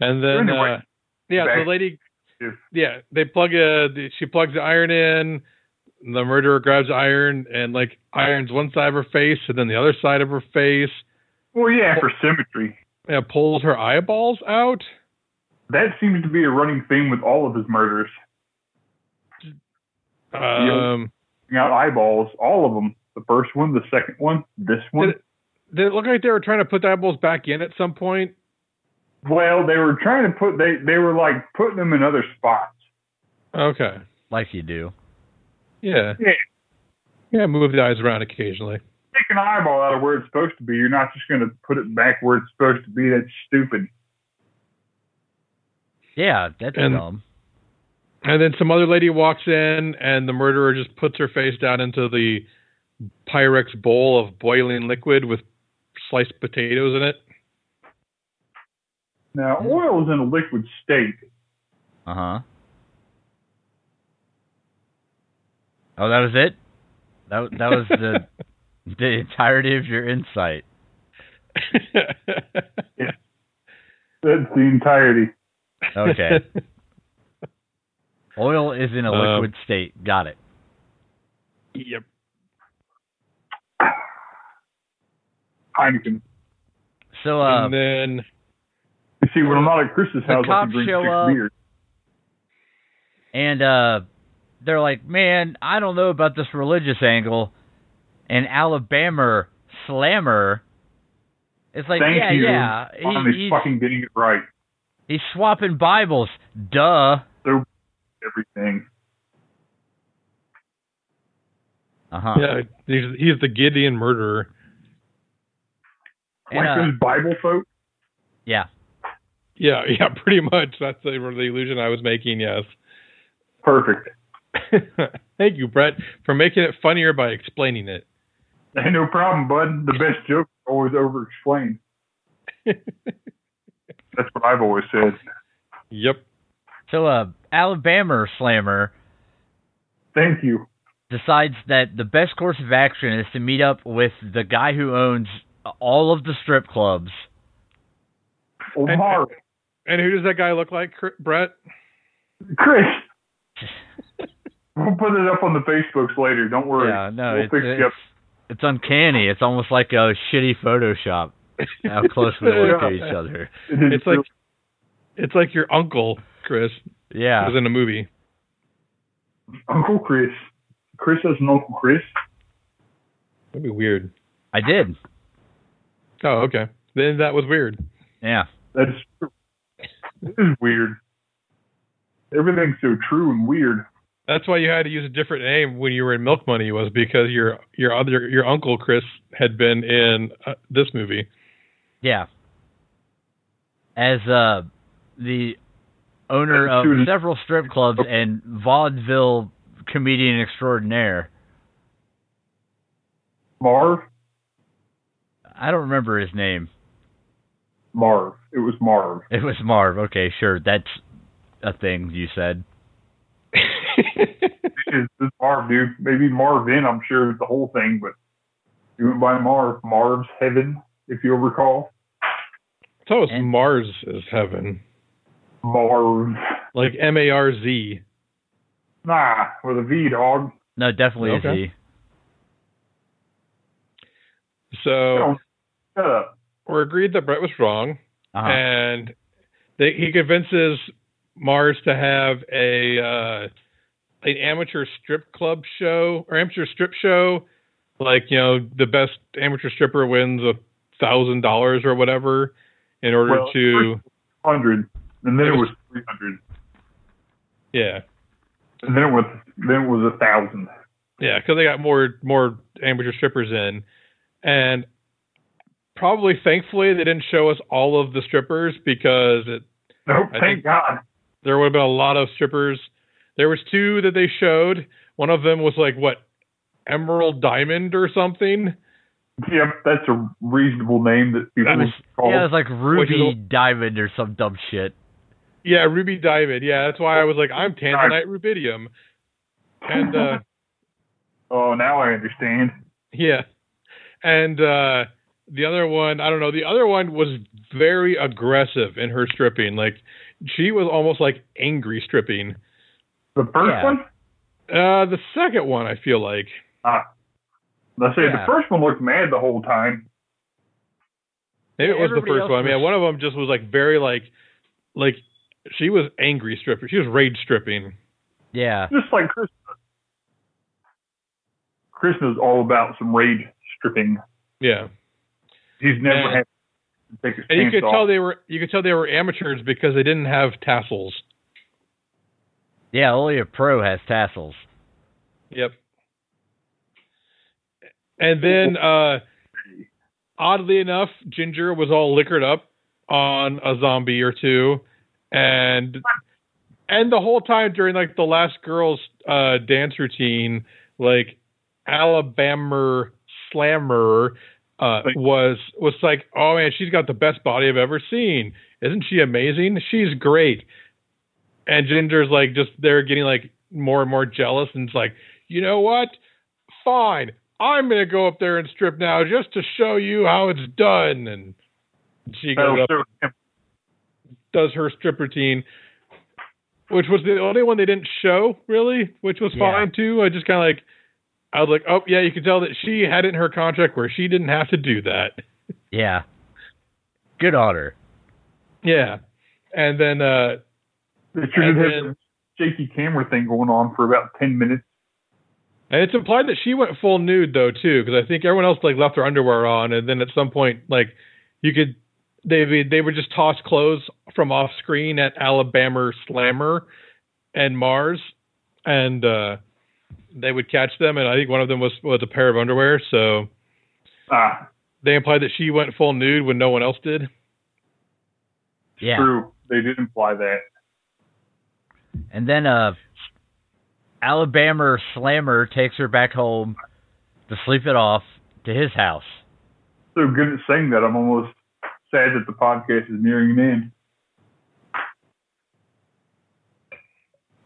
Speaker 3: and then,
Speaker 2: Anyway,
Speaker 3: uh, yeah,
Speaker 2: back-
Speaker 3: the lady,
Speaker 2: Yes.
Speaker 3: yeah, they plug a, the- she plugs the iron in. The murderer grabs iron and like irons one side of her face and then the other side of her face.
Speaker 2: Well, yeah, for symmetry.
Speaker 3: And pulls her eyeballs out.
Speaker 2: That seems to be a running theme with all of his murders.
Speaker 3: Um,
Speaker 2: Out eyeballs, all of them. The first one, the second one, this one.
Speaker 3: did it look like they were trying to put the eyeballs back in at some point?
Speaker 2: Well, they were trying to put they they were like putting them in other spots.
Speaker 3: Okay,
Speaker 1: like you do.
Speaker 3: yeah,
Speaker 2: Yeah.
Speaker 3: yeah, move the eyes around occasionally.
Speaker 2: Take an eyeball out of where it's supposed to be. You're not just going to put it back where it's supposed to be. That's stupid.
Speaker 1: Yeah, that's
Speaker 3: And-
Speaker 1: dumb.
Speaker 3: And then some other lady walks in, and the murderer just puts her face down into the Pyrex bowl of boiling liquid with sliced potatoes in it.
Speaker 2: Now,
Speaker 1: Mm.
Speaker 2: oil is in a liquid state.
Speaker 1: Uh huh. Oh, that was it. That that was the the entirety of your insight.
Speaker 2: That's the entirety.
Speaker 1: Okay. Oil is in a
Speaker 2: Uh,
Speaker 3: Um,
Speaker 1: liquid state. Got it.
Speaker 3: yep.
Speaker 2: Heineken.
Speaker 1: So, uh,
Speaker 3: and then
Speaker 2: You see, when I'm not at Chris's house, I
Speaker 1: cops
Speaker 2: can drink
Speaker 1: show
Speaker 2: six
Speaker 1: up.
Speaker 2: beers.
Speaker 1: and uh, they're like, "Man, I don't know about this religious angle." And Alabama Slammer, it's like,
Speaker 2: Thank
Speaker 1: yeah,
Speaker 2: you.
Speaker 1: yeah,
Speaker 2: Finally,
Speaker 1: he, he's,
Speaker 2: fucking getting it right.
Speaker 1: he's swapping Bibles. Duh.
Speaker 2: Everything.
Speaker 1: Uh huh.
Speaker 3: yeah, he's, he's the Gideon murderer.
Speaker 1: And,
Speaker 2: like
Speaker 1: uh,
Speaker 2: those Bible folks.
Speaker 1: Yeah.
Speaker 3: Yeah, yeah, pretty much. That's the, the illusion I was making. Yes.
Speaker 2: Perfect.
Speaker 3: Thank you, Brett, for making it funnier by explaining it.
Speaker 2: Hey, no problem, bud. The best joke is always over explained. That's what I've always said.
Speaker 3: Yep.
Speaker 1: So, uh, Alabama Slammer
Speaker 2: Thank you.
Speaker 1: decides that the best course of action is to meet up with the guy who owns all of the strip clubs.
Speaker 2: Omar.
Speaker 3: And who does that guy look like, Cr- Brett?
Speaker 2: Chris. we'll put it up on the Facebooks later. Don't worry.
Speaker 1: Yeah, no,
Speaker 2: We'll
Speaker 1: it's,
Speaker 2: fix you
Speaker 1: it's,
Speaker 2: up.
Speaker 1: it's uncanny. It's almost like a shitty Photoshop. How close we are to each other.
Speaker 2: It is
Speaker 3: It's like it's like your uncle, Chris,
Speaker 1: Yeah,
Speaker 3: was in a movie.
Speaker 2: Uncle Chris. Chris has an Uncle Chris.
Speaker 3: That'd be weird.
Speaker 1: I did.
Speaker 3: Oh, okay. Then that was weird.
Speaker 1: Yeah,
Speaker 2: That's this is weird. Everything's so true and weird.
Speaker 3: That's why you had to use a different name when you were in Milk Money was because your your other your uncle Chris had been in uh, this movie.
Speaker 1: Yeah. As uh, the owner of
Speaker 2: Shoot.
Speaker 1: several strip clubs and vaudeville comedian extraordinaire,
Speaker 2: Marv?
Speaker 1: I don't remember his name.
Speaker 2: Marv. It was Marv.
Speaker 1: It was Marv. Okay, sure. That's a thing you said.
Speaker 2: It's, it's Marv, dude. Maybe Marvin, I'm sure, is the whole thing, but you went by Marv. Marv's Heaven, if you'll recall.
Speaker 3: so it's
Speaker 1: And-
Speaker 3: Mars is heaven,
Speaker 2: Marv.
Speaker 3: like M A R Z.
Speaker 2: Nah, with a V, dog.
Speaker 1: No, definitely is
Speaker 3: Okay.
Speaker 1: he.
Speaker 3: So
Speaker 1: Oh.
Speaker 2: Don't- Shut up.
Speaker 3: we're agreed that Brett was wrong,
Speaker 1: Uh-huh.
Speaker 3: and they, he convinces Mars to have a uh, an amateur strip club show or amateur strip show, like you know the best amateur stripper wins a thousand dollars or whatever, in order
Speaker 2: Well,
Speaker 3: to
Speaker 2: 100. And then it
Speaker 3: It
Speaker 2: was
Speaker 3: was-
Speaker 2: 300.
Speaker 3: yeah
Speaker 2: And then it was, then it was a 1,000.
Speaker 3: yeah because they got more more amateur strippers in, and probably thankfully they didn't show us all of the strippers because it
Speaker 2: Nope,
Speaker 3: I
Speaker 2: Oh, thank
Speaker 3: think-
Speaker 2: God.
Speaker 3: there would have been a lot of strippers. There was two that they showed. One of them was like what Emerald Diamond or something.
Speaker 2: Yep, that's a reasonable name that people
Speaker 1: It was-
Speaker 2: call.
Speaker 1: yeah, it was like Ruby
Speaker 3: a-
Speaker 1: Diamond or some dumb shit.
Speaker 3: Yeah, Ruby Diamond. Yeah, that's why I was like, I'm Tanzanite Rubidium. And uh
Speaker 2: oh, now I understand.
Speaker 3: yeah. And uh the other one, I don't know, the other one was very aggressive in her stripping. Like she was almost like angry stripping.
Speaker 2: The first
Speaker 1: Yeah.
Speaker 2: one?
Speaker 3: Uh the second one I feel like.
Speaker 2: I say the
Speaker 1: Yeah.
Speaker 2: first one looked mad the whole time.
Speaker 3: Maybe it was the
Speaker 1: Everybody
Speaker 3: first
Speaker 1: else
Speaker 3: one. I mean,
Speaker 1: was-
Speaker 3: one of them just was like very like, like she was angry stripping. She was rage stripping.
Speaker 1: Yeah.
Speaker 2: Just like Krishna. Krishna's all about some rage stripping.
Speaker 3: Yeah,
Speaker 2: He's never
Speaker 3: Yeah.
Speaker 2: had to take his
Speaker 3: and you
Speaker 2: pants
Speaker 3: could
Speaker 2: off.
Speaker 3: tell they were you could tell they were amateurs because they didn't have tassels.
Speaker 1: Yeah, only a pro has tassels.
Speaker 3: Yep. And then, uh, oddly enough, Ginger was all liquored up on a zombie or two, and and the whole time during like the last girl's uh, dance routine, like Alabama Slammer uh, was was like, oh man, she's got the best body I've ever seen. Isn't she amazing? She's great. And Ginger's like just they're getting like more and more jealous, and it's like you know what? Fine. I'm going to go up there and strip now just to show you how it's done. And she goes
Speaker 2: That'll
Speaker 3: up,
Speaker 2: show him.
Speaker 3: does her strip routine, which was the only one they didn't show, really, which was
Speaker 1: Yeah.
Speaker 3: fine too. I just kind of like, I was like, oh, yeah, you can tell that she had it in her contract where she didn't have to do that.
Speaker 1: Yeah. Good on her.
Speaker 3: Yeah. And then, uh,
Speaker 2: They should have
Speaker 3: And
Speaker 2: had a shaky camera thing going on for about 10 minutes.
Speaker 3: And it's implied that she went full nude though too, because I think everyone else like left their underwear on, and then at some point like you could they they would just toss clothes from off screen at Alabama Slammer and Mars, and uh, they would catch them, and I think one of them was was a pair of underwear, so
Speaker 2: Ah,
Speaker 3: they implied that she went full nude when no one else did.
Speaker 1: Yeah.
Speaker 2: true. They did imply that.
Speaker 1: And then uh Alabama Slammer takes her back home to sleep it off to his house.
Speaker 2: So good at saying that. I'm almost sad that the podcast is nearing an end.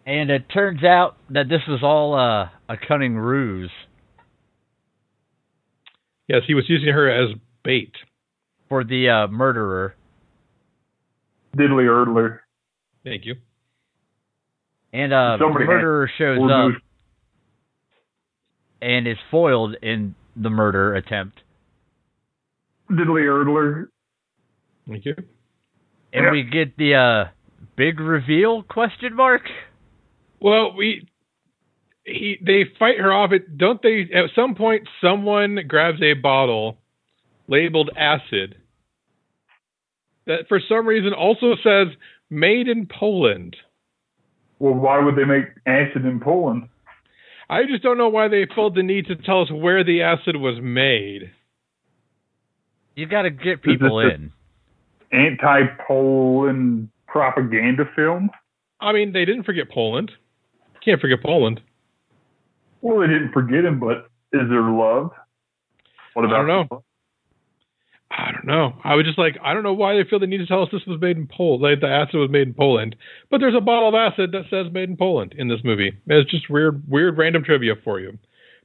Speaker 1: And it turns out that this was all uh, a cunning ruse
Speaker 3: Yes, he was using her as bait.
Speaker 1: for the uh, murderer.
Speaker 2: Diddly Erdler.
Speaker 3: Thank you.
Speaker 1: And uh, the
Speaker 2: Somebody had-
Speaker 1: murderer shows
Speaker 2: Or
Speaker 1: up
Speaker 2: Moose
Speaker 1: and is foiled in the murder attempt.
Speaker 2: Diddly Erdler.
Speaker 3: Thank you.
Speaker 1: And
Speaker 2: Yeah.
Speaker 1: we get the uh, big reveal question mark.
Speaker 3: Well, we he they fight her off. It don't they? At some point, someone grabs a bottle labeled acid that for some reason also says made in Poland.
Speaker 2: Well, why would they make acid in Poland?
Speaker 3: I just don't know why they felt the need to tell us where the acid was made.
Speaker 1: You got to get people
Speaker 2: Is this
Speaker 1: in.
Speaker 2: Anti-Poland propaganda film.
Speaker 3: I mean, they didn't forget Poland. Can't forget Poland.
Speaker 2: Well, they didn't forget him, but is there love? What
Speaker 3: I
Speaker 2: about?
Speaker 3: don't know. I don't know. I was just like, I don't know why they feel the need to tell us this was made in Poland. Like the acid was made in Poland, but there's a bottle of acid that says made in Poland in this movie. It's just weird, weird, random trivia for you.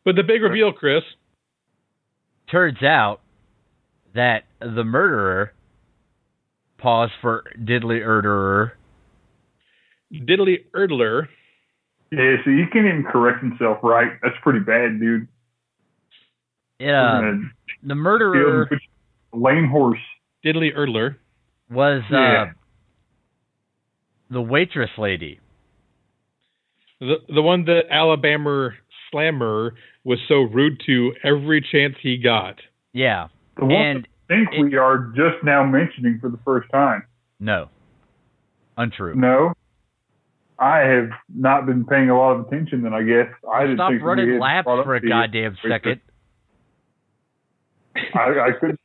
Speaker 3: But the big reveal, Chris.
Speaker 1: Turns out that the murderer, pause for diddly erderer,
Speaker 3: Diddly Erdler.
Speaker 2: Yeah, see, he can't even correct himself right. That's pretty bad, dude.
Speaker 1: yeah,
Speaker 2: We're
Speaker 1: the
Speaker 2: gonna kill him
Speaker 1: murderer
Speaker 2: and put you- lame horse.
Speaker 3: Diddly Erdler.
Speaker 1: was uh,
Speaker 2: Yeah.
Speaker 1: the waitress lady.
Speaker 3: The the one that Alabama Slammer was so rude to every chance he got.
Speaker 1: Yeah,
Speaker 2: The one
Speaker 1: and
Speaker 2: I think we are just now mentioning for the first time.
Speaker 1: no, untrue.
Speaker 2: No, I have not been paying a lot of attention. Then I guess I didn't
Speaker 1: Stop
Speaker 2: think we
Speaker 1: running
Speaker 2: had
Speaker 1: laps
Speaker 2: brought up
Speaker 1: for a
Speaker 2: the-
Speaker 1: goddamn
Speaker 2: waitress.
Speaker 1: second.
Speaker 2: I, I could.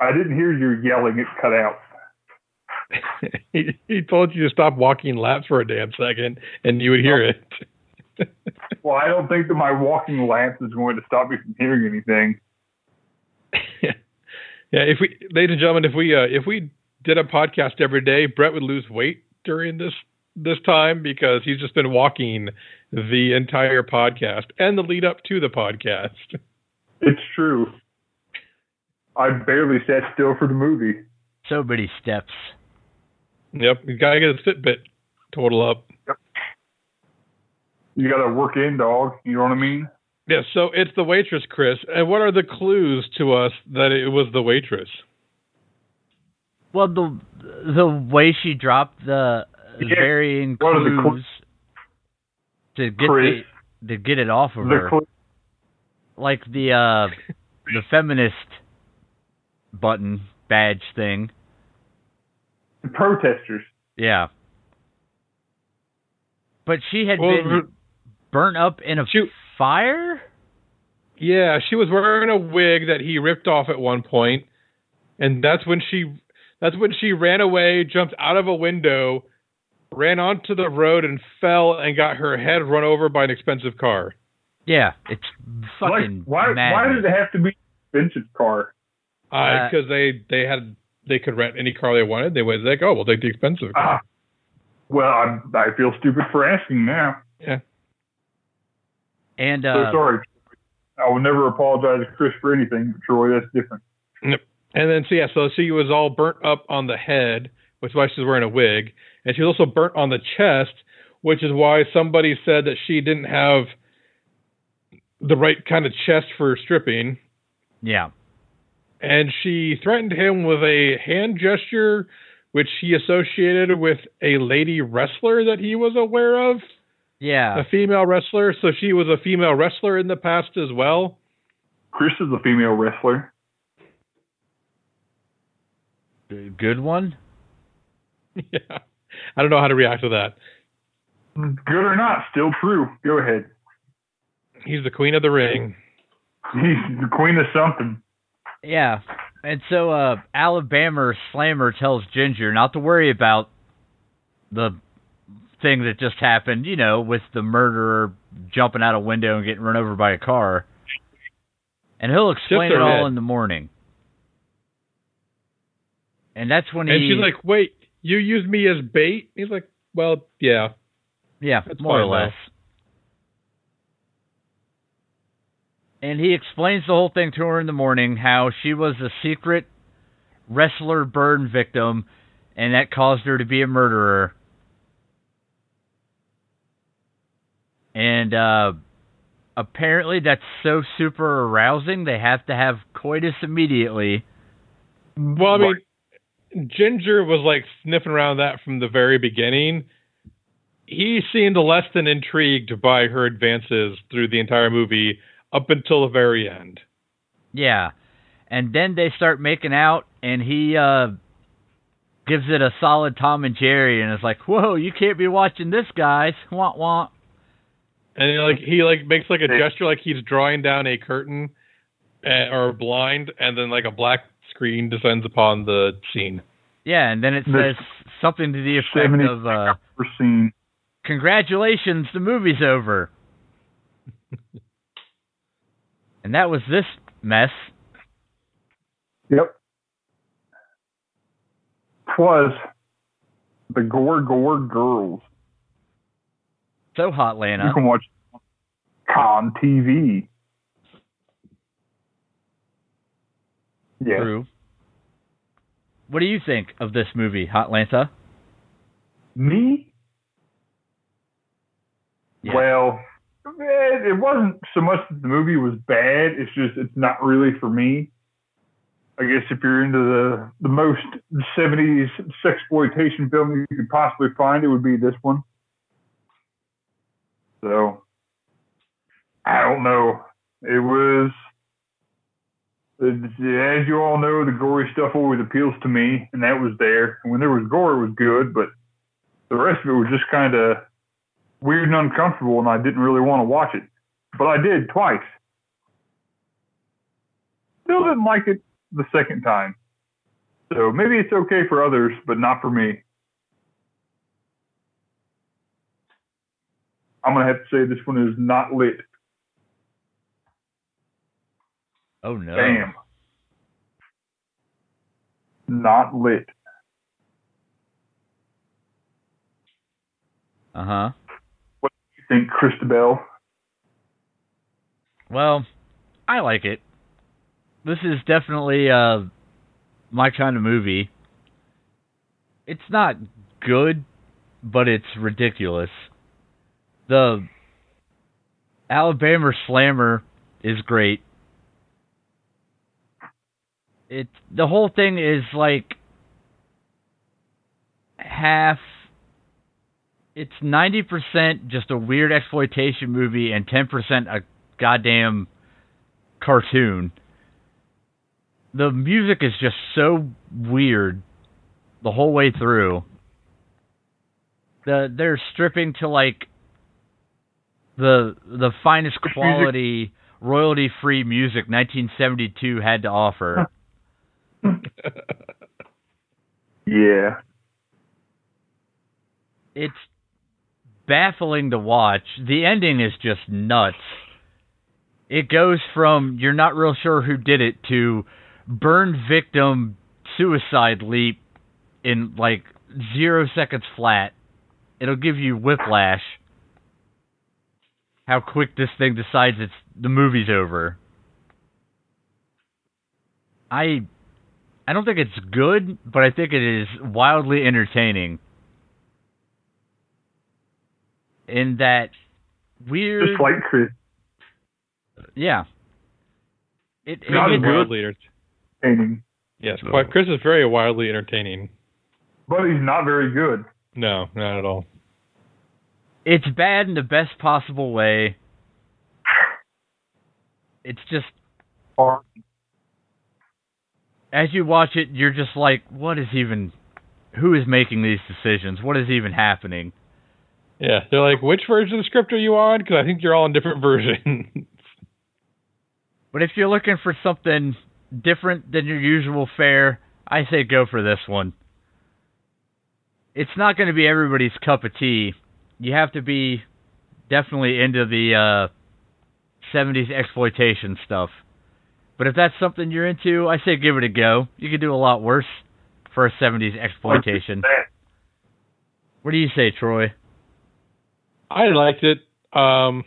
Speaker 2: I didn't hear you yelling. It cut out.
Speaker 3: he, he told you to stop walking laps for a damn second and you would hear it.
Speaker 2: Well, I don't think that my walking laps is going to stop me from hearing anything.
Speaker 3: Yeah, if we ladies and gentlemen, if we uh, if we did a podcast every day, Brett would lose weight during this this time because he's just been walking the entire podcast and the lead up to the podcast.
Speaker 2: It's true. I barely sat still for the movie.
Speaker 1: So many steps.
Speaker 3: Yep, you gotta get a Fitbit total up.
Speaker 2: You got to work in, dog. You know what I mean?
Speaker 3: Yes, so it's the waitress, Chris. And what are the clues to us that it was the waitress?
Speaker 1: Well, the the way she dropped the
Speaker 2: Yeah,
Speaker 1: varying
Speaker 2: one of the cl-
Speaker 1: clues to get
Speaker 2: Chris.
Speaker 1: the, to get it off of
Speaker 2: The
Speaker 1: her,
Speaker 2: cl-
Speaker 1: like the uh, the feminist button badge thing.
Speaker 2: the protesters.
Speaker 1: Yeah, but she had
Speaker 3: Well,
Speaker 1: been burnt up in a
Speaker 3: Shoot.
Speaker 1: fire.
Speaker 3: Yeah, she was wearing a wig that he ripped off at one point, and that's when she that's when she ran away, jumped out of a window, ran onto the road and fell and got her head run over by an expensive car.
Speaker 1: Yeah, it's
Speaker 2: Like,
Speaker 1: fucking
Speaker 2: why? Why
Speaker 1: madness.
Speaker 2: did it have to be an expensive car?
Speaker 3: Uh,
Speaker 1: Uh,
Speaker 3: because they they had they could rent any car they wanted. They was like, oh, we'll take the expensive. car.
Speaker 2: Ah, well, I, I feel stupid for asking now.
Speaker 1: and
Speaker 2: So
Speaker 1: uh,
Speaker 2: sorry. I will never apologize to Chris for anything, but Troy, that's different.
Speaker 3: And then so yeah, so she was all burnt up on the head, which is why she's wearing a wig, and she was also burnt on the chest, which is why somebody said that she didn't have the right kind of chest for stripping,
Speaker 1: yeah,
Speaker 3: and she threatened him with a hand gesture, which he associated with a lady wrestler that he was aware of,
Speaker 1: yeah,
Speaker 3: a female wrestler. So she was a female wrestler in the past as well.
Speaker 2: Chris is a female wrestler.
Speaker 1: good one.
Speaker 3: yeah, I don't know how to react to that.
Speaker 2: Good or not, still true. Go ahead.
Speaker 3: He's the queen of the ring.
Speaker 2: He's the queen of something.
Speaker 1: Yeah. And so uh Alabama Slammer tells Ginger not to worry about the thing that just happened, you know, with the murderer jumping out a window and getting run over by a car. And he'll explain it
Speaker 3: her
Speaker 1: all
Speaker 3: head.
Speaker 1: in the morning. And that's when
Speaker 3: And
Speaker 1: he
Speaker 3: she's like, "Wait, you used me as bait?" He's like, "Well, yeah."
Speaker 1: Yeah,
Speaker 3: That's
Speaker 1: more or
Speaker 3: fine, though.
Speaker 1: less. And he explains the whole thing to her in the morning how she was a secret wrestler burn victim, and that caused her to be a murderer. And uh, apparently, that's so super arousing, they have to have coitus immediately.
Speaker 3: Well, I mean, Ginger was like sniffing around that from the very beginning. He seemed less than intrigued by her advances through the entire movie up until the very end.
Speaker 1: Yeah. And then they start making out, and he uh, gives it a solid Tom and Jerry, and it's like, whoa, you can't be watching this, guys. Womp womp.
Speaker 3: And he, like he like makes like a gesture like he's drawing down a curtain uh, or a blind, and then like a black screen descends upon the scene.
Speaker 1: Yeah, and then it
Speaker 2: The-
Speaker 1: says something to the effect
Speaker 2: Seventy
Speaker 1: of, uh,
Speaker 2: first scene.
Speaker 1: congratulations, the movie's over. and that was this mess.
Speaker 2: Yep. Plus, the Gore Gore Girls.
Speaker 1: So hot,
Speaker 2: You
Speaker 1: Lana.
Speaker 2: can watch on TV. Yeah.
Speaker 1: True. What do you think of this movie, Hot Lanta?
Speaker 2: Me?
Speaker 1: Yeah.
Speaker 2: Well, eh, it, it wasn't so much that the movie was bad. It's just it's not really for me. I guess if you're into the the most '70s sexploitation film you could possibly find, it would be this one. So I don't know. It was. As you all know, the gory stuff always appeals to me, and that was there. And when there was gore, it was good, but the rest of it was just kind of weird and uncomfortable, and I didn't really want to watch it. But I did twice. Still didn't like it the second time. So maybe it's okay for others, but not for me. I'm going to have to say this one is not lit.
Speaker 1: Oh no.
Speaker 2: Damn. Not lit.
Speaker 1: Uh huh.
Speaker 2: You think Christabel?
Speaker 1: Well, I like it. This is definitely uh my kind of movie. It's not good, but it's ridiculous. The Alabama Slammer is great. It the whole thing is like half it's 90% just a weird exploitation movie and 10% a goddamn cartoon. The music is just so weird the whole way through. The they're stripping to like the the finest
Speaker 2: Which music-
Speaker 1: quality royalty free music 1972 had to offer.
Speaker 2: Yeah.
Speaker 1: it's baffling to watch. The ending is just nuts. It goes from you're not real sure who did it to burn victim suicide leap in like zero seconds flat. It'll give you whiplash. How quick this thing decides it's the movie's over. I I don't think it's good, but I think it is wildly entertaining. In that weird
Speaker 2: Just like Chris.
Speaker 1: yeah. It, it,
Speaker 2: Not as
Speaker 3: Chris is
Speaker 1: it-
Speaker 2: good.
Speaker 3: wildly enter-
Speaker 2: painting,
Speaker 3: Yes, quite, Chris is very wildly entertaining.
Speaker 2: but he's not very good.
Speaker 3: No, not at all.
Speaker 1: it's bad in the best possible way. It's just
Speaker 2: Or
Speaker 1: as you watch it, you're just like, what is even? Who is making these decisions? What is even happening?
Speaker 3: Yeah, they're like, which version of the script are you on? Because I think you're all on different versions.
Speaker 1: But if you're looking for something different than your usual fare, I say go for this one. It's not going to be everybody's cup of tea. You have to be definitely into the uh, 70s exploitation stuff. But if that's something you're into, I say give it a go. You could do a lot worse for a 70s exploitation.
Speaker 2: that.
Speaker 1: What do you say, Troy?
Speaker 3: I liked it. Um,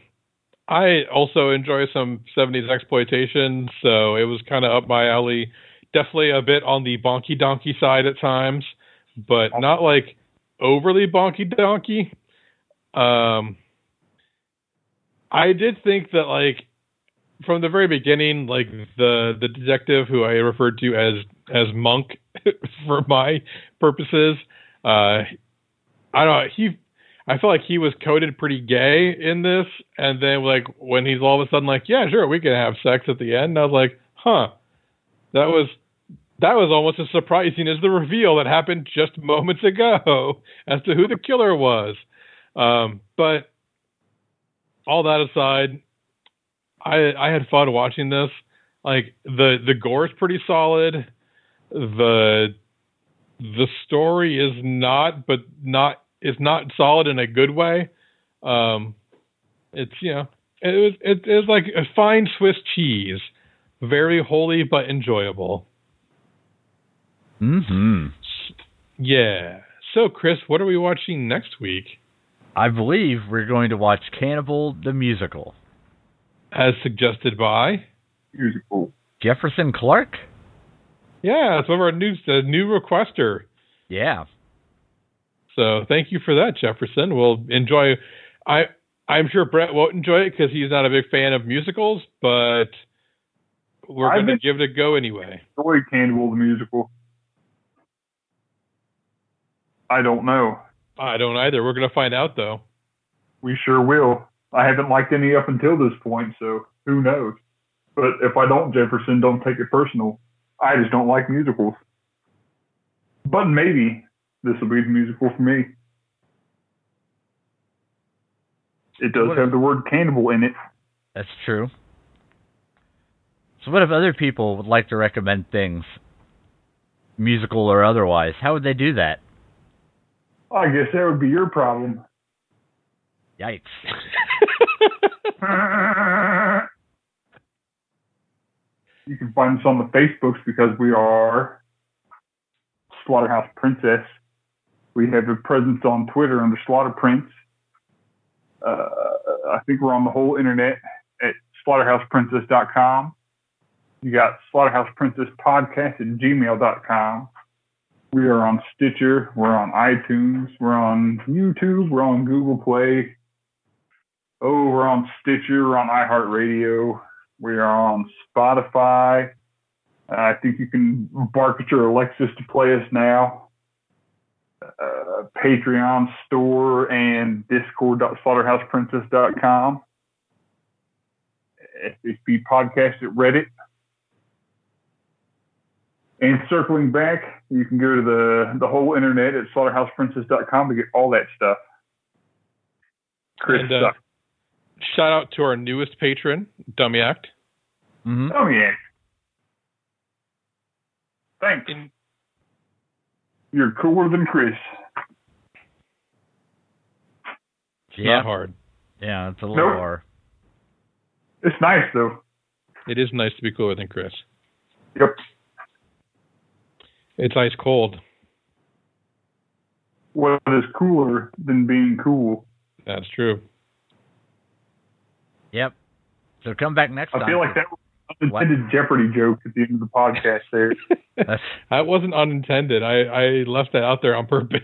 Speaker 3: I also enjoy some 70s exploitation, so it was kind of up my alley. Definitely a bit on the bonky donkey side at times, but not like overly bonky donkey. Um, I did think that like from the very beginning, like the the detective who I referred to as as Monk for my purposes, uh, I don't know, he I feel like he was coded pretty gay in this, and then like when he's all of a sudden like, yeah, sure, we can have sex at the end. And I was like, huh, that was That was almost as surprising as the reveal that happened just moments ago as to who the killer was. Um, but all that aside, I I had fun watching this. Like the the gore is pretty solid. The the story is not, but not it's not solid in a good way. Um, it's you know it was it is like a fine Swiss cheese, very holy but enjoyable.
Speaker 1: hmm
Speaker 3: Yeah. So Chris, what are we watching next week?
Speaker 1: I believe we're going to watch Cannibal the Musical.
Speaker 3: As suggested by
Speaker 2: Musical.
Speaker 1: Jefferson Clark?
Speaker 3: yeah, it's one of our new the new requester.
Speaker 1: Yeah.
Speaker 3: So thank you for that, Jefferson. We'll enjoy. I I'm sure Brett won't enjoy it because he's not a big fan of musicals, but we're
Speaker 2: I've
Speaker 3: going to
Speaker 2: been-
Speaker 3: give it a go anyway.
Speaker 2: Joy Cannibal the musical. I don't know.
Speaker 3: I don't either. We're going to find out though.
Speaker 2: We sure will. I haven't liked any up until this point, so who knows? But if I don't, Jefferson, don't take it personal. I just don't like musicals. But maybe this will be the musical for me. It does
Speaker 1: What-
Speaker 2: have the word cannibal in it.
Speaker 1: That's true. So, what if other people would like to recommend things, musical or otherwise? How would they do that?
Speaker 2: I guess that would be your problem.
Speaker 1: Yikes.
Speaker 2: you can find us on the Facebooks because we are Slaughterhouse Princess. We have a presence on Twitter under Slaughter Prince. Uh, I think we're on the whole internet at slaughterhouseprincess.com. You got slaughterhouseprincesspodcast at gmail.com. We are on Stitcher. We're on iTunes. We're on YouTube. We're on Google Play. Oh, we're on Stitcher, we're on iHeartRadio, we are on Spotify. I think you can bark at your Alexis to play us now. Uh, Patreon store and discord.slaughterhouseprincess.com. SHP podcast at Reddit. And circling back, you can go to the, the whole internet at slaughterhouseprincess.com to get all that stuff. Chris
Speaker 3: And, uh,
Speaker 2: sucks.
Speaker 3: Shout out to our newest patron, Dummy Act.
Speaker 1: hmm
Speaker 2: Oh yeah. Thanks.
Speaker 3: In-
Speaker 2: You're cooler than Chris.
Speaker 3: It's
Speaker 1: Yeah.
Speaker 3: not hard.
Speaker 1: Yeah, it's a little
Speaker 2: Nope.
Speaker 1: more.
Speaker 2: It's nice though.
Speaker 3: It is nice to be cooler than Chris.
Speaker 2: Yep.
Speaker 3: It's ice cold.
Speaker 2: What is cooler than being cool?
Speaker 3: That's true.
Speaker 1: Yep. So, come back next time.
Speaker 2: I feel like that was an unintended Jeopardy joke at the end of the podcast there.
Speaker 1: That's-
Speaker 3: That wasn't unintended. I, I left that out there on purpose.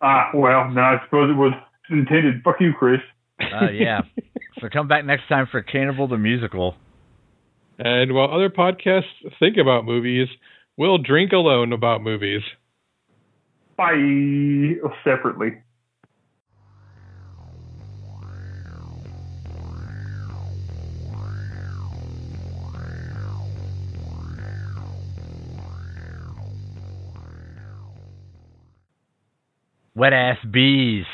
Speaker 2: ah, well, no, I suppose it was intended. Fuck you, Chris.
Speaker 1: Uh, yeah. So come back next time for Cannibal the Musical.
Speaker 3: And while other podcasts think about movies, we'll drink alone about movies.
Speaker 2: Bye. Separately.
Speaker 1: Wet ass bees.